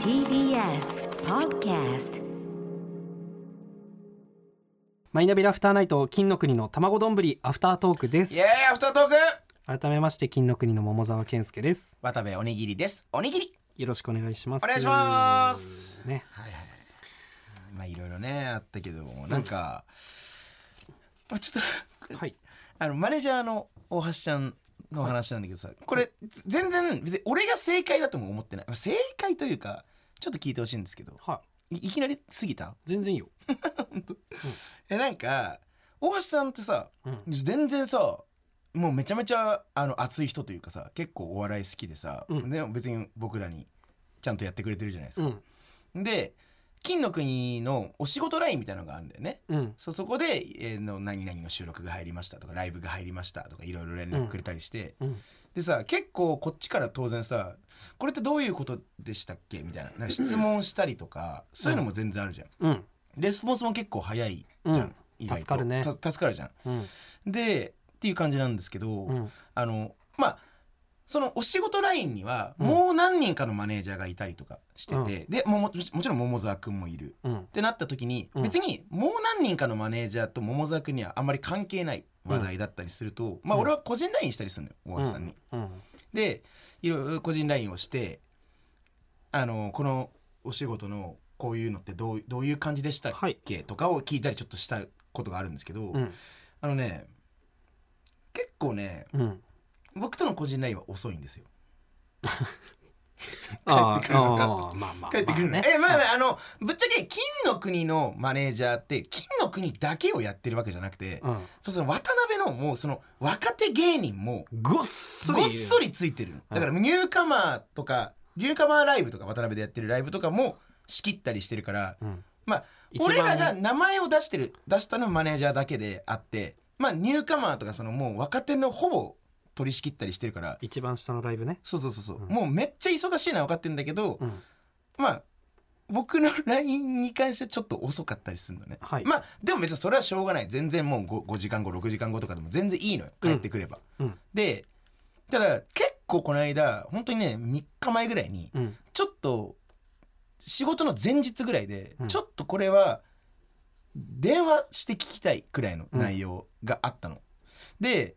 TBS Podcast マイナビラフターナイト金の国の卵丼ぶりアフタートークですイエーイアフタートーク改めまして金の国の桃沢健介です渡部おにぎりですおにぎりよろしくお願いしますお願いしますねまあいろいろねあったけどもなんか、まあちょっとはいあのマネージャーの大橋ちゃんの話なんだけどさ、これぜ全然別に俺が正解だとも思ってないまあ正解というかちょっと聞いてほしいんですけどはいいきなり過ぎたい全然いいよえなんか大橋さんってさうん全然さもうめちゃめちゃあの熱い人というかさ結構お笑い好きでさ、うんでも別に僕らにちゃんとやってくれてるじゃないですうか、んで金の国のお仕事ラインみたいなのがあるんだよねうんそうそこで、えーの何々の収録が入りましたとかライブが入りましたとかいろいろ連絡くれたりして、うんでさ結構こっちから当然さこれってどういうことでしたっけみたいななんか質問したりとかそういうのも全然あるじゃん、うんレスポンスも結構早いじゃん、うん意外と助かるねた助かるじゃんうんでっていう感じなんですけど、うんあのまあそのお仕事ラインにはうんもう何人かのマネージャーがいたりとかしてて、でもうももちもちろん桃沢君もいるうんってなった時に、うん別にもう何人かのマネージャーと桃沢君にはあんまり関係ない話題だったりすると、まあうん俺は個人ラインしたりするのよ大橋さんに。うんでいろいろ個人ラインをしてあのこのお仕事のこういうのってどうどういう感じでしたっはいけ、とかを聞いたりちょっとしたことがあるんですけど、うんあのね結構ねうん僕との個人ラインは遅いんですよあ帰ってくるのがあーまあまあ帰ってくるの、まあねえまあまああのぶっちゃけ金の国のマネージャーって金の国だけをやってるわけじゃなくて、うんその渡辺のもうその若手芸人もごっそりごっそりついてるのだからニューカマーとかニューカマーライブとか渡辺でやってるライブとかも仕切ったりしてるからうんまあ一番俺らが名前を出してる出したのマネージャーだけであってまあニューカマーとかそのもう若手のほぼ取り仕切ったりしてるから一番下のライブねそうそうそうそう、うんもうめっちゃ忙しいのは分かってんだけど、うんまあ僕の LINE に関してはちょっと遅かったりするのね、はいまあでも別にそれはしょうがない全然もう 5, 時間後6時間後とかでも全然いいのよ帰ってくれば、うんでただ結構この間本当にね3日前ぐらいにうんちょっと仕事の前日ぐらいで、うんちょっとこれは電話して聞きたいくらいの内容があったの。で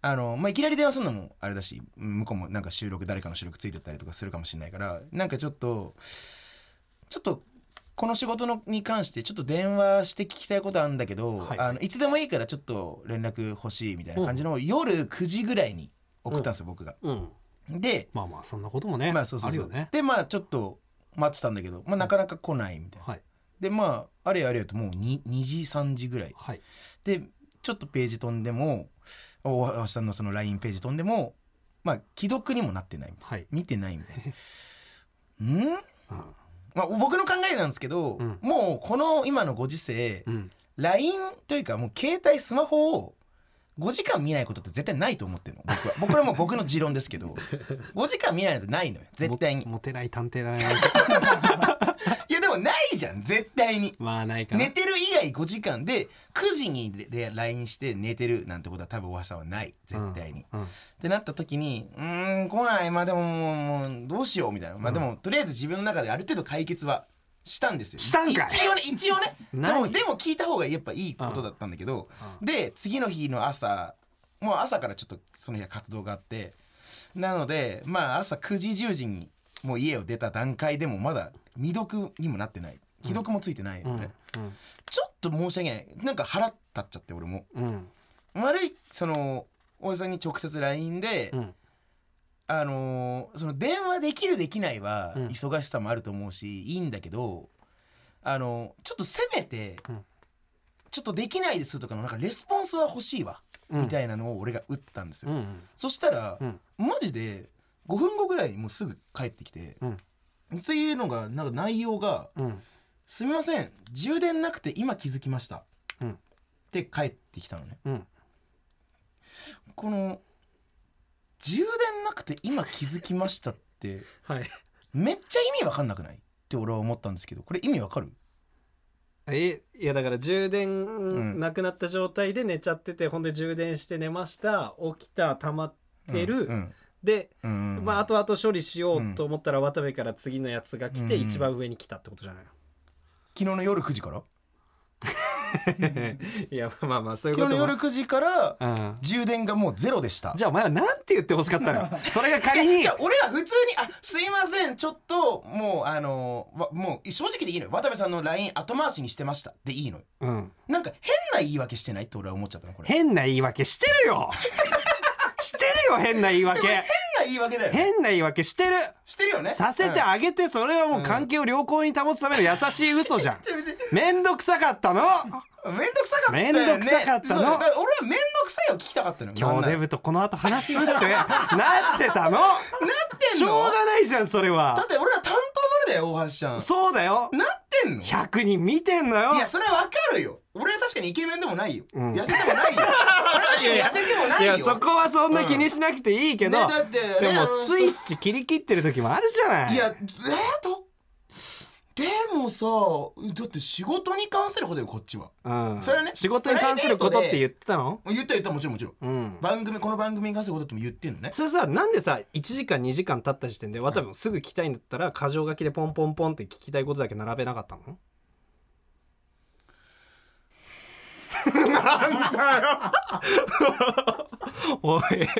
あの、まあ、いきなり電話するのもあれだし向こうもなんか収録誰かの収録ついてったりとかするかもしれないからなんかちょっとちょっと。この仕事のに関してちょっと電話して聞きたいことあるんだけど、はいい、あのいつでもいいからちょっと連絡欲しいみたいな感じの夜9時ぐらいに送ったんですよ、僕が。うんで、まあまあそんなこともねまあそうそうあるそうよねでまあちょっと待ってたんだけど、まあ、なかなか来ないみたいな、はいでまああれやあれやともう 2, 2時3時ぐらいはいでちょっとページ飛んでも大橋さんのその LINE ページ飛んでもまあ既読にもなってないみたいはい見てないみたい なんうんまあ、僕の考えなんですけど、うんもうこの今のご時世、うん LINE というかもう携帯スマホを5時間見ないことって絶対ないと思ってるの僕は僕はもう僕の持論です けど5時間見ないのってないのよ絶対にモモテない探偵だね いやでもないじゃん絶対にまあないかな寝てる以外5時間で9時にでで LINE して寝てるなんてことは多分大橋さんはない絶対に、っうんてなった時にうーん来ないまあでももうもうどうしようみたいなまあでも、とりあえず自分の中である程度解決はしたんですよしたんかい一応ね一応ねでも 何でも聞いた方がやっぱいいことだったんだけど、で次の日の朝もう朝からちょっとその日は活動があってなのでまあ朝9時10時にもう家を出た段階でもまだ未読にもなってない既読もついてないよね、うんちょっと申し訳ないなんか腹立っちゃって俺もうん悪いそのおじさんに直接 LINE で、うんあのーその電話できるできないはうん忙しさもあると思うし、いいんだけどあのちょっとせめて、うんちょっとできないですとかのなんかレスポンスは欲しいわ、うんみたいなのを俺が打ったんですうよ、んそしたら、うんマジで5分後ぐらいにもうすぐ帰ってきて、うんっていうのがなんか内容がうん「すみません充電なくて今気づきました」うんって帰ってきたのねうんこの充電なくて今気づきましたってはい めっちゃ意味わかんなくないって俺は思ったんですけどこれ意味わかるえいやだから充電んなくなった状態で寝ちゃってて、ほんで充電して寝ました起きた溜まってる、うんで、うんまあ後々処理しようと思ったら渡部から次のやつが来てうん一番上に来たってことじゃないの、昨日の夜9時から いやまあまあそういうこ昨と日のも夜9時からうん充電がもうゼロでしたじゃあお前はなんて言ってほしかったの よそれが仮いにや俺は普通に「あすいませんちょっともうあのわもう正直でいいのよ渡部さんの LINE 後回しにしてました」でいいのようん、なんか変な言い訳してないって俺は思っちゃったのこれ変変な言い訳してる よしてるよ変な言い訳な言い訳だよね変な言い訳してるしてるよねさせてうんあげてそれはもう関係を良好に保つための優しい嘘 じゃんちょ別にめんどくさかったのめんどくさかったよねめんどくさかったのそうだから俺はめんどくさいを聞きたかったのよ今日デなんならなっブとこの後話すってなってた のてしんょうのがないじゃんそれだはって俺ら担当までだよ大橋ちゃんなそうだよってんの100人見てんのよいやそれはわかるよ俺は確かにイケメンでもないよ、うん痩せてもな いよ俺は確かに痩せてもないいよやそこはそんな気にしなくていいけど、うんねだってねであものスイッチ切り切ってる時もあるじゃないいやえー、とでもさだって仕事に関することよこっちはうん、それはね仕事に関することって言ってたの言った言ったもちろんもちろんうん番組この番組に関することっても言ってんのねそれさなんでさ1時間2時間経った時点で渡部もすぐ聞きたいんだったら箇条書きでポンポンポンって聞きたいことだけ並べなかった のなんだよおい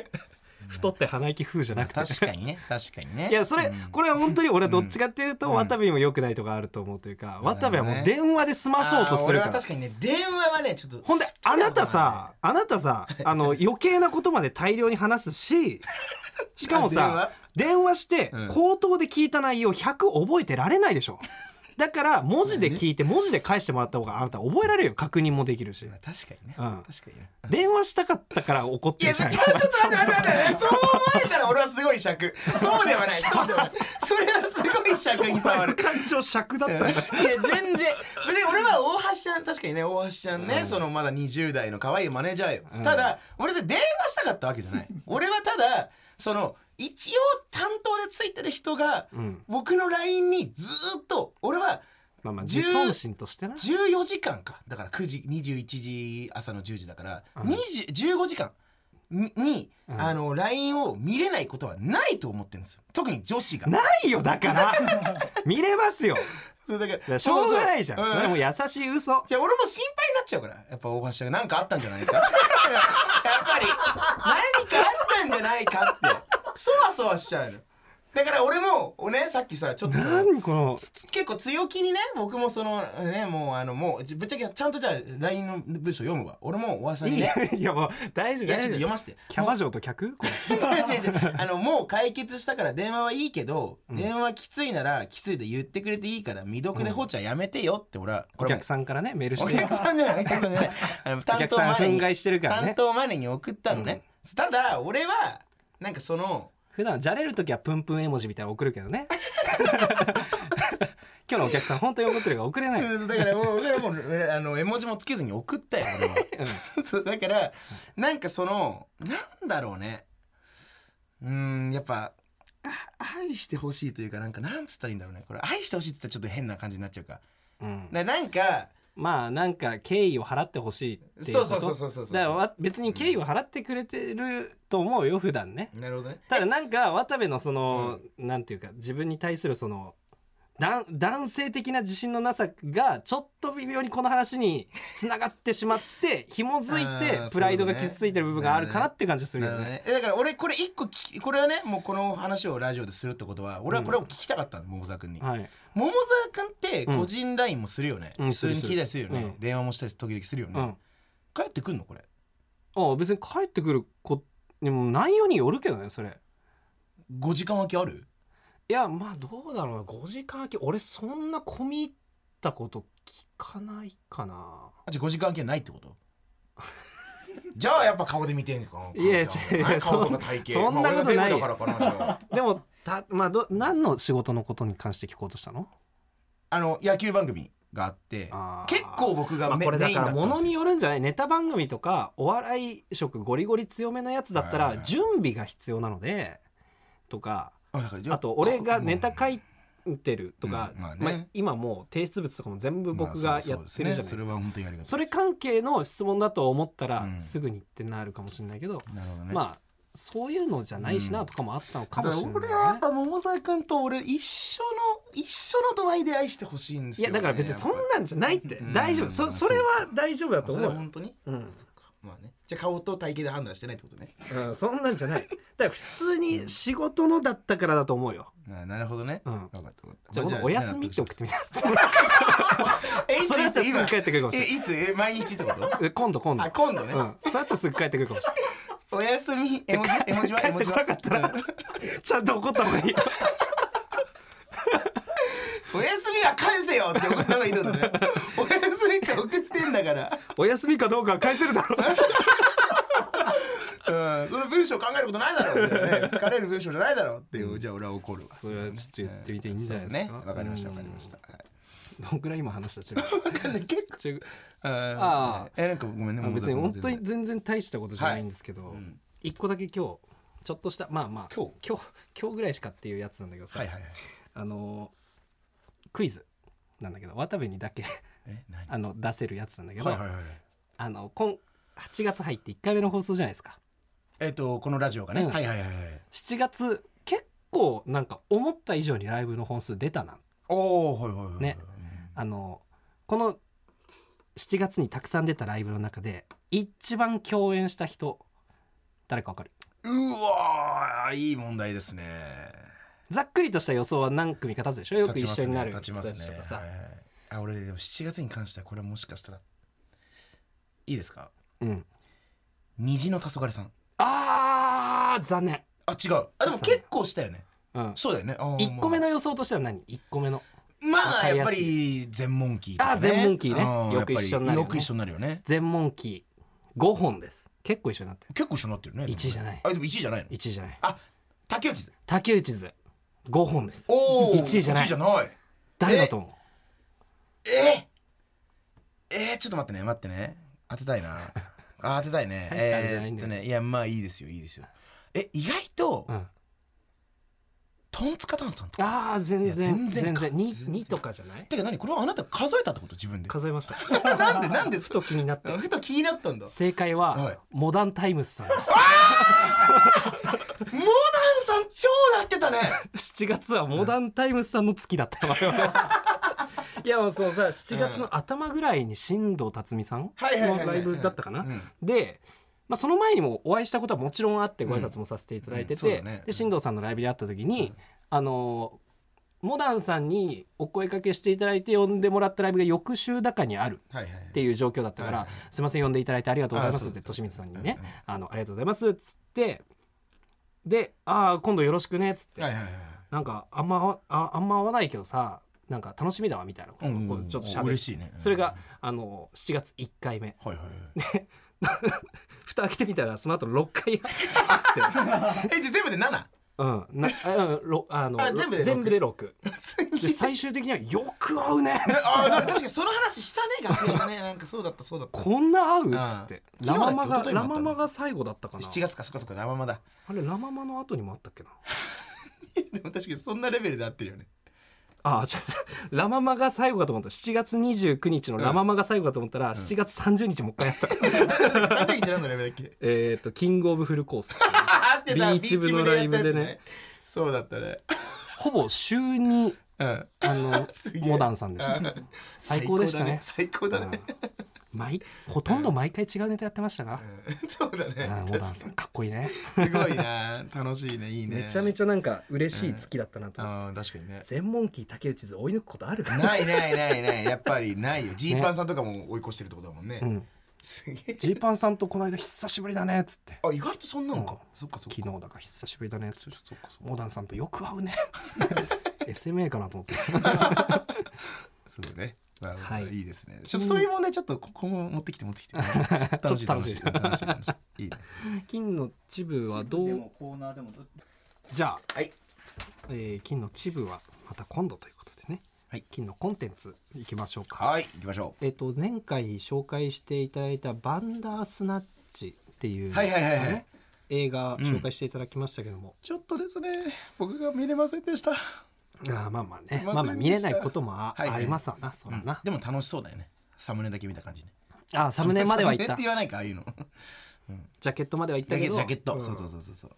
太って鼻息風じゃなくて 確かにね確かにねいやそれ、うんこれは本当に俺はどっちかっていうと、うん渡部にも良くないとかあると思うというか、ん渡部はもう電話で済まそうとするあー俺かはら確かにね電話はねちょっとほんで好きなあのがなたさあなた さあの余計なことまで大量に話すししかもさ電話してうん口頭で聞いた内容100覚えてられないでしょだから文字で聞いて文字で返してもらった方があなた覚えられるよ確認もできるしまあ確かにね、うん確かにね電話したかったから怒っいてやるちじょゃっないと 待って待って待って待ってそう思われたら俺はすごい尺そうではないそうではないそれはすごい尺に触る感情尺だっいたや全然で俺は大橋ちゃん確かにね大橋ちゃんね、そのまだ20代の可愛いマネージャーよ、うんただ俺で電話したかったわけじゃない俺はただその一応担当でついてる人が、うん僕の LINE にずーっと俺はまあまあ10自尊心としてな14時間かだから9時21時朝の10時だから、20 15時間にに、うんあの LINE を見れないことはないと思ってるんですよ特に女子が。ないよだから 見れますよそうだかだからしょうがないじゃんうそれも優しい嘘じゃあ俺も心配になっちゃうからやっぱ大橋が何かあったんじゃないかやっ ぱり何かあったんじゃないかってそわそわしちゃうのだから俺もねさっきさちょっとその何この結構強気にね僕もそのねもうあのもうぶっちゃけちゃんとじゃあ LINE の文章読むわ俺も大橋さんいにいねいやもう大丈夫いやちょっと大丈読夫 ませてキャバ嬢と客これ違う違う違うあのもう解決したから電話はいいけど、電話きついならきついで言ってくれていいから未読で放置はやめてよって俺はこおれも客さんからねメールしおて客さんじゃないお客さんじゃないあの お担客当さんマネ憤に慨してるから担ね当マネに送ったのね、ただ俺はなんかその普段じゃれる時はプンプン絵文字みたいなの送るけど ね 今日のお客さん本当に怒ってるから送れない、うんだからもう俺はもうあの絵文字もつけずに送ったよ俺は そうだからなんかそのなんだろうねうーんやっぱあ愛してほしいというかなんかなんつったらいいんだろうねこれ愛してほしいって言ったらちょっと変な感じになっちゃうかうんななんかまあなんか敬意を払ってほしいっていうことそうそうそうそうそうそうだからわ別に敬意を払ってくれてると思うよ普段ねなるほどねただなんか渡部のその、なんていうか自分に対するその男男性的な自信のなさがちょっと微妙にこの話につながってしま って紐づあーいそうてねプライドが傷ついてる部分があるかなって感じするなよるほね。どねえだから俺これ一個聞きこれはねもうこの話をラジオでするってことは俺はこれを聞きたかったの、桃沢君に、はい、桃沢君って個人 LINE もするよね、うん普通に聞いたりするよね、うん電話もしたり時々するようね、ん、帰ってくんのこれあ別に帰ってくるこでも内容によるけどねそれ5時間空きあるいやまあどうだろうな5時間空き俺そんな込み入ったこと聞かないかなあじゃあ5時間空きはないって ことじゃあやっぱ顔で見てんのかいや違う顔顔とそんか体型そんなことないよまあ俺がデブだからかなじゃあでもたまあど何の仕事のことに関して聞こうとしたのあの野球番組があってあー結構僕がまあ、メこれだからものメインによるんじゃないネタ番組とかお笑い色ゴリゴリ強めのやつだったはいらはい準備が必要なのでとかだったんですよあと俺がネタ書ていてるとか、うんまあねまあ今もう提出物とかも全部僕がやってるじゃないですそれかは本当にありがたいですそれ関係の質問だと思ったらうんすぐにってなるかもしれないけど、なるほどねまあそういうのじゃないしなとかもあったのかもしれ俺な、はいやっねぱ桃沢君と俺一緒の一緒の度合いで愛してほしいんですいよ、やだね、から別にそんなんじゃないってうん大丈夫そそれは大丈夫だとそ思れうはよ本当にうんそっかまあねじゃあ顔と体型で判断してないってことねうん、そんなんじゃないだから普通に仕事のだったからだと思うよ、あなるほどね、うん分かった分かったじゃあまこの「お休み」って送ってみたえいつ それだったらすぐ帰ってくるかもしれないえいつえ毎日ってことえ今度今度 あ今度ね、うん、そうやったらすぐ帰ってくるかもしれないおやすみ絵文字絵文字は帰絵っ文て字こはなかったらちゃんと怒った方がいいよおやすみは返せよって送った方がいいってこと ねおやすみって送ってんだからお休みかどうかは返せるだろううんその文章考えることないだろうみたいなね疲れる文章じゃないだろうっていう、じゃあ俺は怒るわそれはちょっと言ってみていいんじゃないですねかわかりましたわかりましたうんはいどんくらい今話した違 うわかんない結構違うああーえなんかごめんねあ別に本当に今全然大したことじゃないんですけど、ん一個だけ今日ちょっとしたまあまあ日今日今日ぐらいしかっていうやつなんだけどさ、はいはいはいあのクイズなんだけど渡部にだけ え何あの出せるやつなんだけど、はいはいはいあの今8月入って1回目の放送じゃないですかえっとこのラジオがね、うんはいはいはいはい7月結構なんか思った以上にライブの本数出たなおおはいはいはいはいねあのこの7月にたくさん出たライブの中で一番共演した人誰かわかるうんうわーいい問題ですねざっくりとした予想は何組か立つでしょよく立一ちます緒ねになる立ち人またすちとねかさ、はいはいはいあ俺でも7月に関してはこれはもしかしたらいいですかうん、虹の黄昏さんあー残念、あ違うあでも結構したよねうん、そうだよねあー1個目まの予想としては何1個目のあまわかありやっやぱすいり全問キーとか、ね、あ全問キーねうんよく一緒になるよねやっぱりよく一緒になるよね全問記5本です結構一緒になってる結構一緒になってるね一位じゃないあでも1位じゃないの1位じゃないあ竹内竹内図5本ですおお一位じゃない1位じゃない誰だと思ええー、ちょっと待ってね待ってね当てたい なあ当てたいね大したあれじゃないんえだーっよとねいやまあいいですよいいですよえ意外と、う、うん、トンツカタンさんとかあー全然いや全全然然か二全然2とかじゃないてか何これはあなた数えたってこと自分で数えましたなんでなんでふと気になってふと気になったんだ正解はいはモダンタイムスさんですモダンさん超なってたね7月はモダンタイムスさんの月だったよ 我々はいやもうそのさ7月の頭ぐらいに新藤辰巳さんのはいはいはいはいライブだったかな、うんで、まあ、その前にもお会いしたことはもちろんあってご挨拶もさせていただいてうんうんて、そうだねで新藤さんのライブで会った時に、あのモダンさんにお声かけしていただいて呼んでもらったライブが翌週高にあるはいはいっていう状況だったから「はいはすいません呼んでいただいてありがとうございまあす」っそうてとしみつさんにねうんうん「あのありがとうございます」っつってで「ああ今度よろしくね」っつってはいはいはいなんかあんまああんま合わないけどさなんか楽しみだわみたいなことをこうちょっとしゃべ嬉るしいねそれがあの7月1回目はいはいはい蓋開けてみたらその後6回あって えじゃあ全部で 7? うんなあろあのあ全部で全部 で6すげえで最終的にはよく合うね あーなんか確かにその話したね楽屋でねなんかそうだったそうだったこんな合うっつってうんラママ昨日だがっけ一昨日もあラったマのマが最後だったかな7月かそっかそっかラママだあれラママの後にもあったっけな でも確かにそんなレベルで合って るよねああちょっと ラママが最後かと思った7月29日のラママが最後かと思ったら、7月30日もう一回 やった3人じゃないのレベルだっけえっとキングオブフルコースあ 合ってたビーチ部のライブでねビーチやったやつそうだったねほぼ週にうんあのすげえモダンさんでした最高でしたね最高だね毎ほとんど毎回違うネタやってましたが、うんそうだあねーモダンさんかっこいいねすごいな楽しいねいいねめちゃめちゃなんか嬉しい月だったなと思って、ゃうん確かにね全問記竹内図追い抜くことあるないないないないやっぱりないよジーパンさんとかも追い越してるってことだもんねうんすげえジーパンさんとこの間久しぶりだねっつってあ意外とそんなのうんかそっかそっ昨か日だから久しぶりだねっつってそっかそっモダンさんとよく合う ね SMA かなと思ってかそうだねまあはいいいですねちょっとそういう問題ちょっとここも持って きて持ってきて楽しい楽しいちょっと楽しい楽しいいいね金のチブはどでうもコーナーでもどじゃあ、はいえー金のチブはまた今度ということでね、はい金のコンテンツいきましょうか、はい行きましょうえっ、と前回紹介していただいた「バンダースナッチ」っていう、はいはいはいはいね映画紹介していただきましたけども、ちょっとですね僕が見れませんでしたあーまあまあねまずいまあまあ見れないこともあ,、はいはいありますわなそらな、でも楽しそうだよねサムネだけ見た感じねあーサムネまではいっサたムネって言わないかああいうのうんジャケットまでは行っだたけけジどャケット、うんそうそうそうそうそう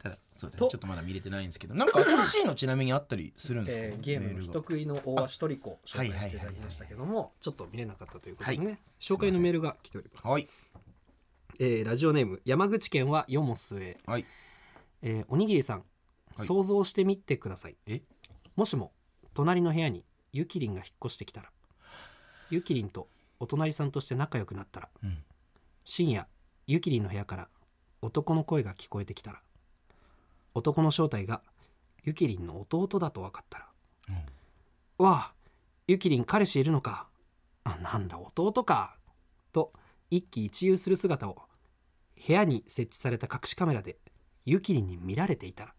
ただそうだ、ね、ちょとっとまだ見れてないんですけどなんか新しいのちなみにあったりするんですか、えーゲームの人メルが食いの大足トリコ紹介はいはしいていはたいはだいきましたけどもちょっと見れなかったということでね、は紹介のメールが来ておりますはいえーラジオネーム山口県はよも末、はいえーおにぎりさん、はい想像してみてくださいえもしも隣の部屋にゆきりんが引っ越してきたらゆきりんとお隣さんとして仲良くなったらうん深夜ゆきりんの部屋から男の声が聞こえてきたら男の正体がゆきりんの弟だと分かったらうんわあゆきりん彼氏いるのかあなんだ弟かと一喜一憂する姿を部屋に設置された隠しカメラでゆきりんに見られていたら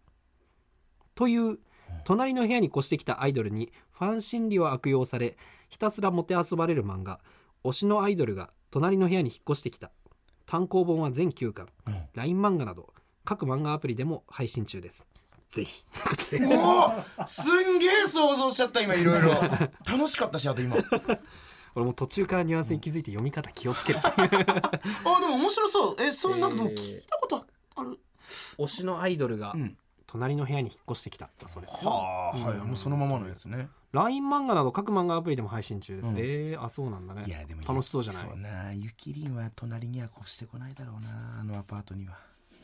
という隣の部屋に越してきたアイドルにファン心理を悪用されひたすらもてあそばれる漫画「推しのアイドルが隣の部屋に引っ越してきた」単行本は全9巻うん、 LINE 漫画など各漫画アプリでも配信中ですぜひ ということでおーすんげえ想像しちゃった今いろ いろ楽しかったしあと今あー俺も途中からニュアンスに気づいて読み方気をつけるっていうでも面白そうえそんなことでもえー聞いたことある、推しのアイドルがうん隣の部屋に引っ越してきただそうですよはあ、はいもうそのままのやつね LINE 漫画など各漫画アプリでも配信中です、うんえー、あそうなんだねいやでも楽しそうじゃないそうなゆきりんは隣には越してこないだろうなあのアパートには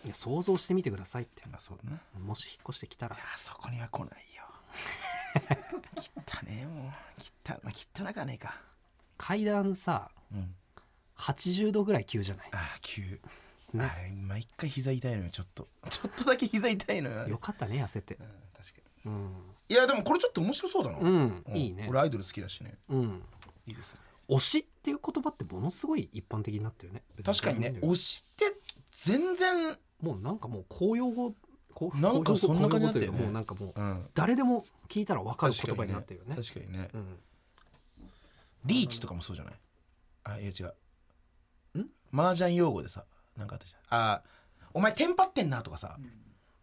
いや想像してみてくださいってまあそうだなもし引っ越してきたらあそこには来ない よ汚ねえもう汚,、まあ、汚かねえか階段さうん80度ぐらい急じゃないああ急ねあれ毎回膝痛いのよちょっとちょっとだけ膝痛いのよあれよかったね痩せてうん確かにうん、いやでもこれちょっと面白そうだな、うんういいね俺アイドル好きだしねうん、いいですね推しっていう言葉ってものすごい一般的になってるね確かにね別推しって全然もうなんかもう公用語こうなんかそんな感じだったよね公用語というかもうなんかもううん誰でも聞いたら分かる言葉になってるよね確かにねうんリーチとかもそうじゃないあいや違う麻雀用語でさなんかあったじゃんあお前テンパってんなとかさ、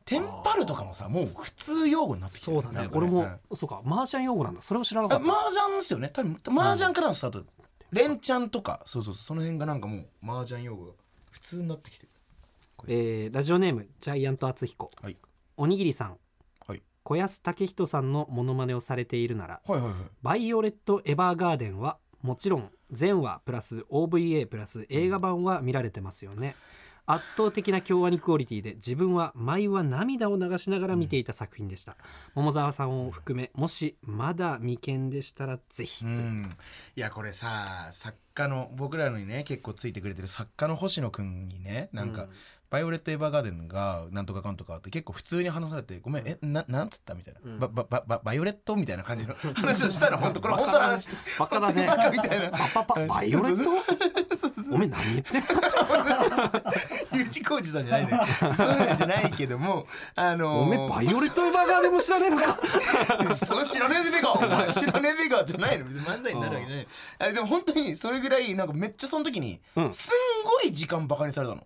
テンパるとかもさもう普通用語になってきてそうだねなんか俺も、うんそうか麻雀用語なんだそれを知らなかあった麻雀ですよね多分麻雀からのスタート、連チャンとかそうそうそうその辺がなんかもう麻雀用語が普通になってきてるえーラジオネームジャイアント厚彦はいおにぎりさん、はい小安武人さんのモノマネをされているならはいはいはい「バイオレット・エヴァーガーデン」はもちろん全話プラス OVA プラス映画版は見られてますよね、圧倒的な京アニクオリティで自分は毎は涙を流しながら見ていた作品でした、桃沢さんを含めもしまだ未見でしたらぜひうというんいやこれさ作家の僕らのにね結構ついてくれてる作家の星野くんにねなんか、うんバイオレット・エヴァーガーデン」が「なんとかかんとか」って結構普通に話されて「ごめんえななんつった?」みたいな、うんばばばば「バイオレット?」みたいな感じの 話をしたの本当これ本当の話バカだねバカみたい なパパパバイオレットおめえ何言ってんの U 字工事さんじゃないのよそういうんじゃないけどもあのおーめえバイオレットエヴァーガーデンも知らねえのかそう白根ベガお前白根ベガじゃないの別に漫才になるわけじゃないあでも本当にそれぐらいなんかめっちゃその時にうんすんごい時間バカにされたうの、ん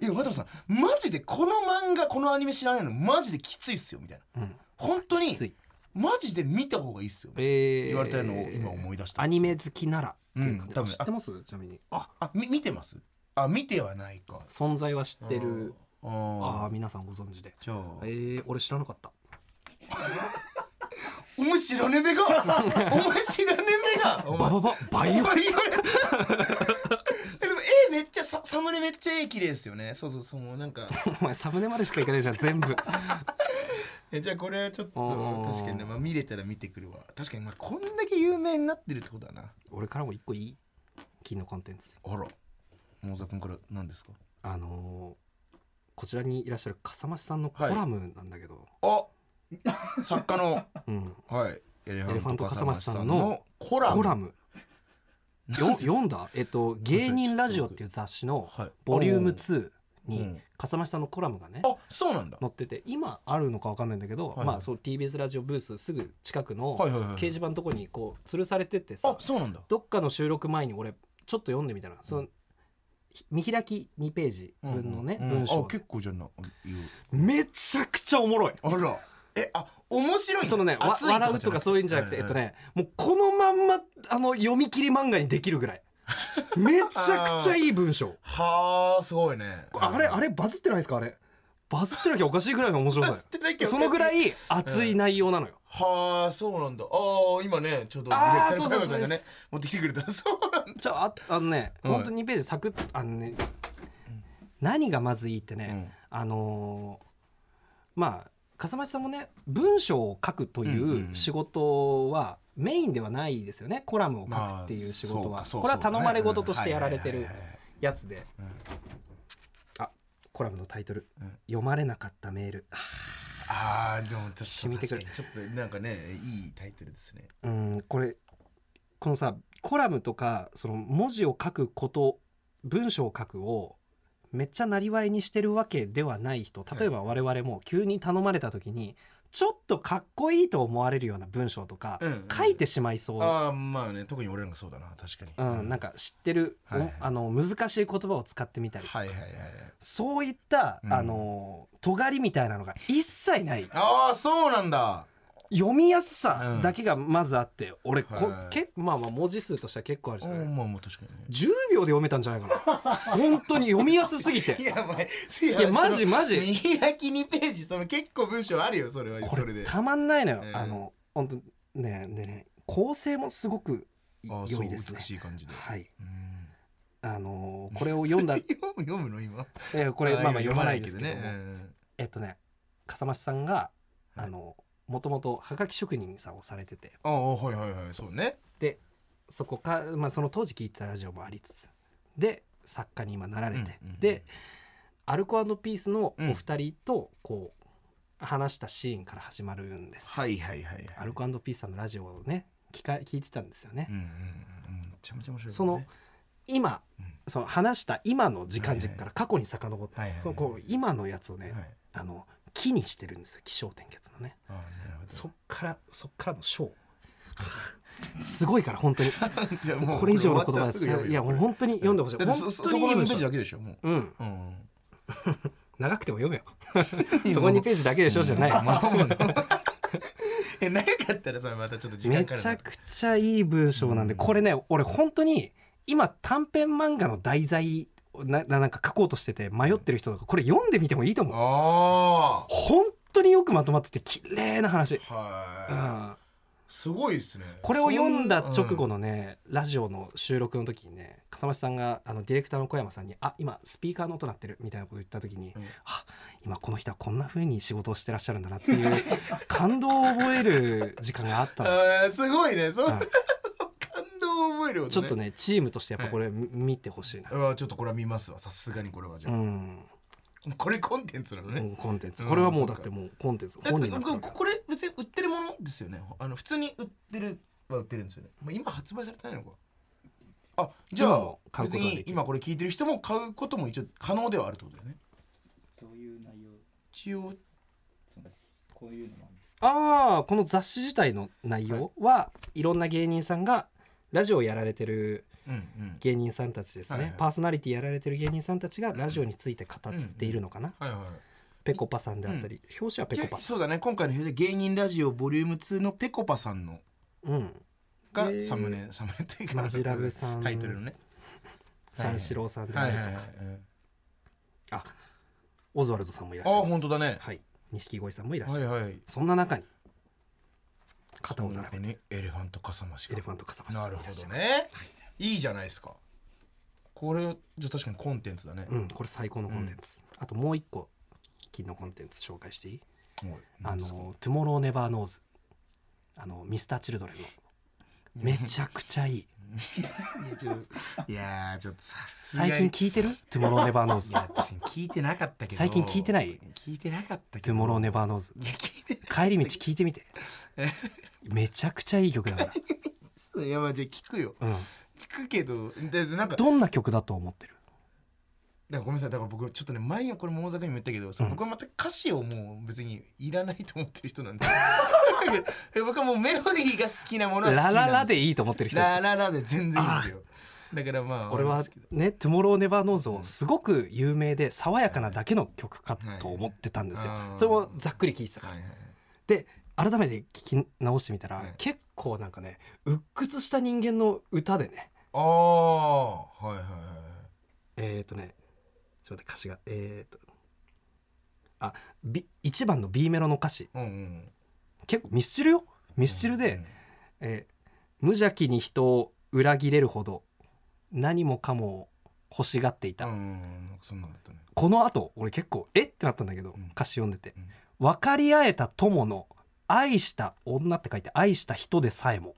いや渡辺さんマジでこの漫画このアニメ知らないのマジできついっすよみたいなうん本当にきついマジで見た方がいいっすよ、えー言われたのを今思い出したアニメ好きならっていううんか多分知ってますちなみにああみ見てますあ見てはないか存在は知ってるああーあ皆さんご存知でじゃあ、えー、俺知らなかったお前白 根ベガお前白根ベガお前ババババイオレッバイオレットえでも絵めっちゃササムネめっちゃ絵綺麗ですよねそうそうそうもうなんかト お前サムネまでしかいかないじゃん全部えじゃあこれちょっとおー確かにね、まあ、見れたら見てくるわ確かにまあこんだけ有名になってるってことだな俺からも一個いい金のコンテンツあら桃沢君から何ですかあのーこちらにいらっしゃる笠間さんのコラムなんだけど、あ 作家のうん、はいエレファント笠松さんのコラムコラムよ読んだ、えっと、芸人ラジオっていう雑誌のはい ボリューム2うにん笠間さんのコラムがねあそうなんだ載ってて今あるのか分かんないんだけど、いはいまあ、そう TBS ラジオブースすぐ近くのはいはいはいはい掲示板のとこにこう吊るされてってさ、あそうなんだどっかの収録前に俺ちょっと読んでみたらそのひ見開き2ページ分のね、うん文章あ結構じゃあな言うめちゃくちゃおもろいあらえあ面白いそのねわ熱い 笑うとかそういうんじゃなくて、えっとねもうこのまんまあの読み切り漫画にできるぐらいめちゃくちゃいい文章はあすごいねあれあれバズってないですかあれバズってなきゃおかしいぐらいの面白さよてなきゃそのぐらいい熱い内容なのよ、はあそうなんだああ今ねちょうどディあーレそうそクターの加う山さんがねそ持ってきてくれた そうなんだじゃあああのね、はい本当に2ページサクッとあのね、何がまずいいってね、あのーまあ笠間さんもね文章を書くとうんいううん仕事はメインではないですよねコラムを書くっていう仕事は、これは頼まれ事としてやられてるやつで、うんあコラムのタイトル、うん読まれなかったメール」あああでもち染みょってとく確るかにちょっとなんかねいいタイトルですねうんこれこのさコラムとかその文字を書くこと文章を書くをめっちゃなりわいにしてるわけではない人例えば我々も急に頼まれた時にちょっとかっこいいと思われるような文章とかうんうん書いてしまいそう、ああまあね特に俺なんかそうだな確かにうんなんかか知ってる、おはいはいあの難しい言葉を使ってみたりとか、はいはいはいはいそういった、うんあの尖りみたいなのが一切ないああそうなんだ読みやすさだけがまずあって、俺こ、はいけまあまあ文字数としては結構あるじうゃない、んまあまあ確かにね10秒で読めたんじゃないか な本当に読みやすすぎいてやばいいいやマジマジ見開き2ページその結構文章あるよそれはこそれでれたまんないのよ、うんあの本当ねえねえねえ構成もすごくいああ良そういですね美しい感じではいうんあのーこれを読ん だ読む読むの今えーこれーまあまあ今読まないですけども、うんえっとね笠間さんがはいあのもともとはがき職人さんをされててああはいはいはいそうねでそこか、まあ、その当時聞いてたラジオもありつつで作家に今なられて、うんうんうんでアルコピースのお二人とこう、話したシーンから始まるんですよ、はいはいはいはいアルコピースさんのラジオをね聞か聞いてたんですよね、うんうんうんめちゃめちゃ面白いその今、うんその話した今の時間はいはい軸から過去に遡って、はいはいはいそのこう今のやつをね、ねはいあの木にしてるんですよ起承転結のねああなるほどそっからそっからの章 すごいから本当にじゃあもうこれ以上の言終わ葉でったらすすぐ読むよいやもう本当に読んでほしい、だってそ本そ当こにいいの文2ページ章だけでしょもううん うん長くても読め よそこ2ページだけでしょじゃない、まあまあえ長かったらさまたちょっと時間めかかるちなゃくちゃいい文章なんで、うんこれね俺本当に今短編漫画の題材をなななんか書こうとしてて迷ってる人とかこれ読んでみてもいいと思うあ本当によくまとまってて綺麗な話、あうはん、いすごいですねこれを読んだ直後ののね、ラジオの収録の時にね笠間さんがあのディレクターの小山さんに「あ今スピーカーの音鳴ってる」みたいなこと言った時に「うんあ今この人はこんな風に仕事をしてらっしゃるんだな」っていう 感動を覚える時間があったの。あーすごいねそううん感動を覚えるちょっとねねチームとしてやっぱこれ見てほしいな、うわちょっとこれは見ますわさすがにこれはじゃうあん、これコンテンツなのねコンテンツうんこれはもうだそうっかてもうコンテンツだっ本てになってこるこれ別に売ってるものですよねあの普通に売ってるは売ってるんですよね、まあ、今発売されてないのかあじ今ゃもあ買うこと別ができるに今これ聞いてる人も買うことも一応可能ではあるってことだよねそういう内容一応そのこういうのもあるああこの雑誌自体の内容はいろんな芸人さんがラジオをやられてるうんうん芸人さんたちですね、はいはいパーソナリティやられてる芸人さんたちがラジオについて語っているのかな、はいはいペコパさんであったり、表紙はペコパさそうだね今回の表で芸人ラジオボリューム2のぺこぱさんのん、うん、がえーサムネ、サムネというかマジラブさんタイトルのね三四郎さんであはるいとはか、いはいオズワルドさんもいらっあしゃいます本当だねはい錦鯉さんもいらっしゃはいいます、はいそんな中に肩を並べてねエレファントかさ増しエがレファントカサマなるほどねいいじゃないですかこれじゃあ確かにコンテンツだねうん、これ最高のコンテンツ、あともう一個金のコンテンツ紹介していい、おいあなんですかの「トゥモロー・ネバー・ノーズ」あのミスター・チルドレンのめちゃくちゃいいいやちょっと いやーちょっとさすがに最近聞いてる「トゥモロー・ネバー・ノーズい」や確かに聞いてなかったけど最近聞いてない聞いてなかった「けトゥどモロー・ネバー・ノーズいや聞いて」帰り道聞いてみてめちゃくちゃいい曲だ かいやまあじゃあ聞くよら、うん、聞くけどでなんかだかどんな曲だと思ってるらごめんなさいだから僕ちょっとね前にこれも大阪にも言ったけど、そのうん僕はまた歌詞をもう別にいらないと思ってる人なんですよ だから僕はもうメロディーが好きなも「のは好きラなんララ」ででいいと思ってるす人ですラララで全然いいんですよだからまあ俺は好きだね「トゥモロー・ネバー・ノーズ」をすごく有名で爽やかなだけの曲かと思ってたんですよはいはいそれもざっくり聞いてたからはいはいはいで改めて聞き直してみたら、はい結構なんかね鬱屈した人間の歌でねああはいはいはいえっ、ー、とねちょっと待って歌詞がえっ、ー、とあ、B、1番の B メロの歌詞うんうん結構ミスチルよミスチルで、うんえー無邪気に人を裏切れるほど何もかも欲しがっていた、うんうんなんかそんなんだったねこのあと俺結構えってなったんだけど、うん歌詞読んでてうん「分かり合えた友の愛した女」って書いて「愛した人でさえも」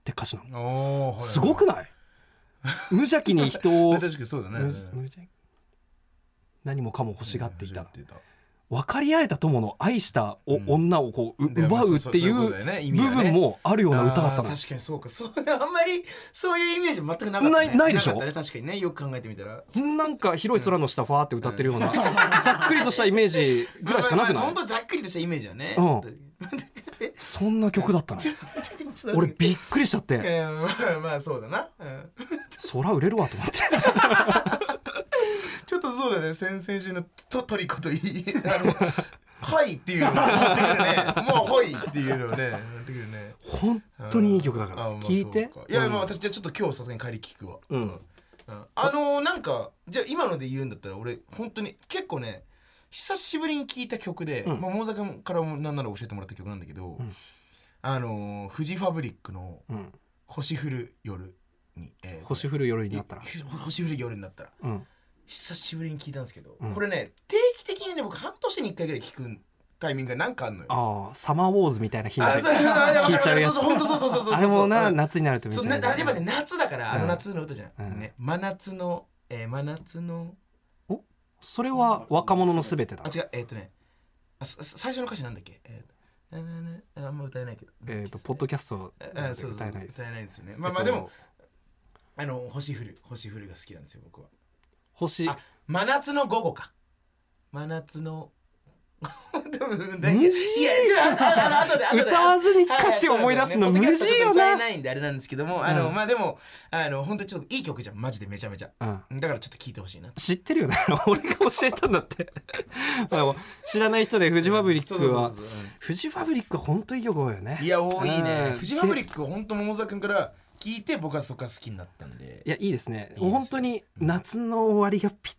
って歌詞なの、ああ、はい、すごく ない無邪気に人を確かにそうだね無無邪気何もかも欲しがっていうんた欲しがってい分かり合えた友の愛したお、うん女をこううで奪うっていまあそうそうそういうことだうよね意部味がね分もあるような歌だったあのー確かにそうかそうあんまりそういうイメージ全くなかった、ね、ないないでしょかったね、確かにねよく考えてみたらなんか広い空の下ファーって歌ってるような、 ざっくりとしたイメージぐらいしかなくなまあまあいまあ本当ざっくりとしたイメージだね、 うんそんな曲だったの 俺びっくりしちゃってえー、まあまあそうだな、うん、空売れるわと思ってちょっとそうだね先々週のトトリコといいあの はいっていうのを持ってくるねもうはいっていうのをね持ってくるね本当にいい曲だからあまあ聞いてそうかいやまあうん私じゃあちょっと今日さすがに帰り聞くわうんうんあのー、なんかじゃあ今ので言うんだったら俺本当に結構ね久しぶりに聞いた曲で、うんまあ、大阪からもなんなら教えてもらった曲なんだけど、んあのーフジファブリックのうん「星降る夜に」えー星降る夜になったらい星降る夜になったらうん久しぶりに聞いたんですけど、うんこれね定期的にね僕半年に1回ぐらい聞くタイミングがなんかあんのよ。ああサマーウォーズみたいな日にあそうあ聞いちゃうやつ本当そうそうそうそうそうあれもなうん夏になるとめっそうちねゃやっぱね夏だからあの夏の歌じゃん、うんね真夏の、えー真夏のそれは若者のすべてだあ違うえーっ、とねあささ最初の歌詞なんだっけ、えーなななあんま歌えないけどえっとポッドキャストえーそうそう歌えないです歌えないですよねまあまえあっでとも、あの星降る星降るが好きなんですよ僕は星あ真夏の午後か真夏の 無事でもいやいやちょあああ後で後で歌わずに歌詞を思い出すのはいはい無そう事だねよポッドキャストとか歌えなないんであれなんですけどもあの、うんまあでもあの本当にちょっといい曲じゃんマジでめちゃめちゃうんだからちょっと聞いてほしいな知ってるよね 俺が教えたんだって あの知らない人でフジファブリックはそうそうそうそううんフジファブリックは本当いい曲多いよねいや多いねうんフジファブリックを本当桃沢君から聞いて僕はそこが好きになったんでいやいいですねいいですね本当に夏の終わりがぴっ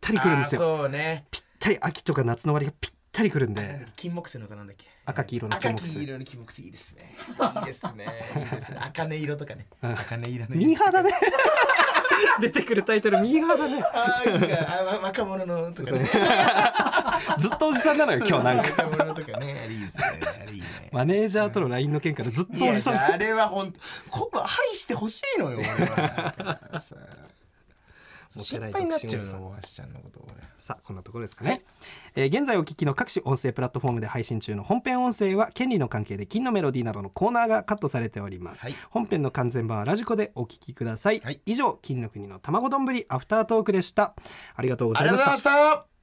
たりくるんですよあーそうねぴったり秋とか夏の終わりがぴったりくるんで 金木犀の歌なんだっけ赤黄色の金木犀赤黄色の金木犀いいですねいいですねいいですね茜色とかねうん茜色のミーハーだね 出てくるタイトルミーハーだねあーいいかあわ若者のとかねずっとおじさんなのよ今日 なんかか若者とかねあれいいですねあれいいねマネージャーとの LINE の件からずっといおやじさんあれは本当こはいしてほしいのよ俺 はさもう心配になっちゃうの大橋ちゃんのこと俺さあこんなところですかね、えー現在お聞きの各種音声プラットフォームで配信中の本編音声は権利の関係で金のメロディーなどのコーナーがカットされております、はい本編の完全版はラジコでお聞きください、はい以上金の国の卵丼ぶりアフタートークでしたありがとうごあざりいがとうまごしざいたました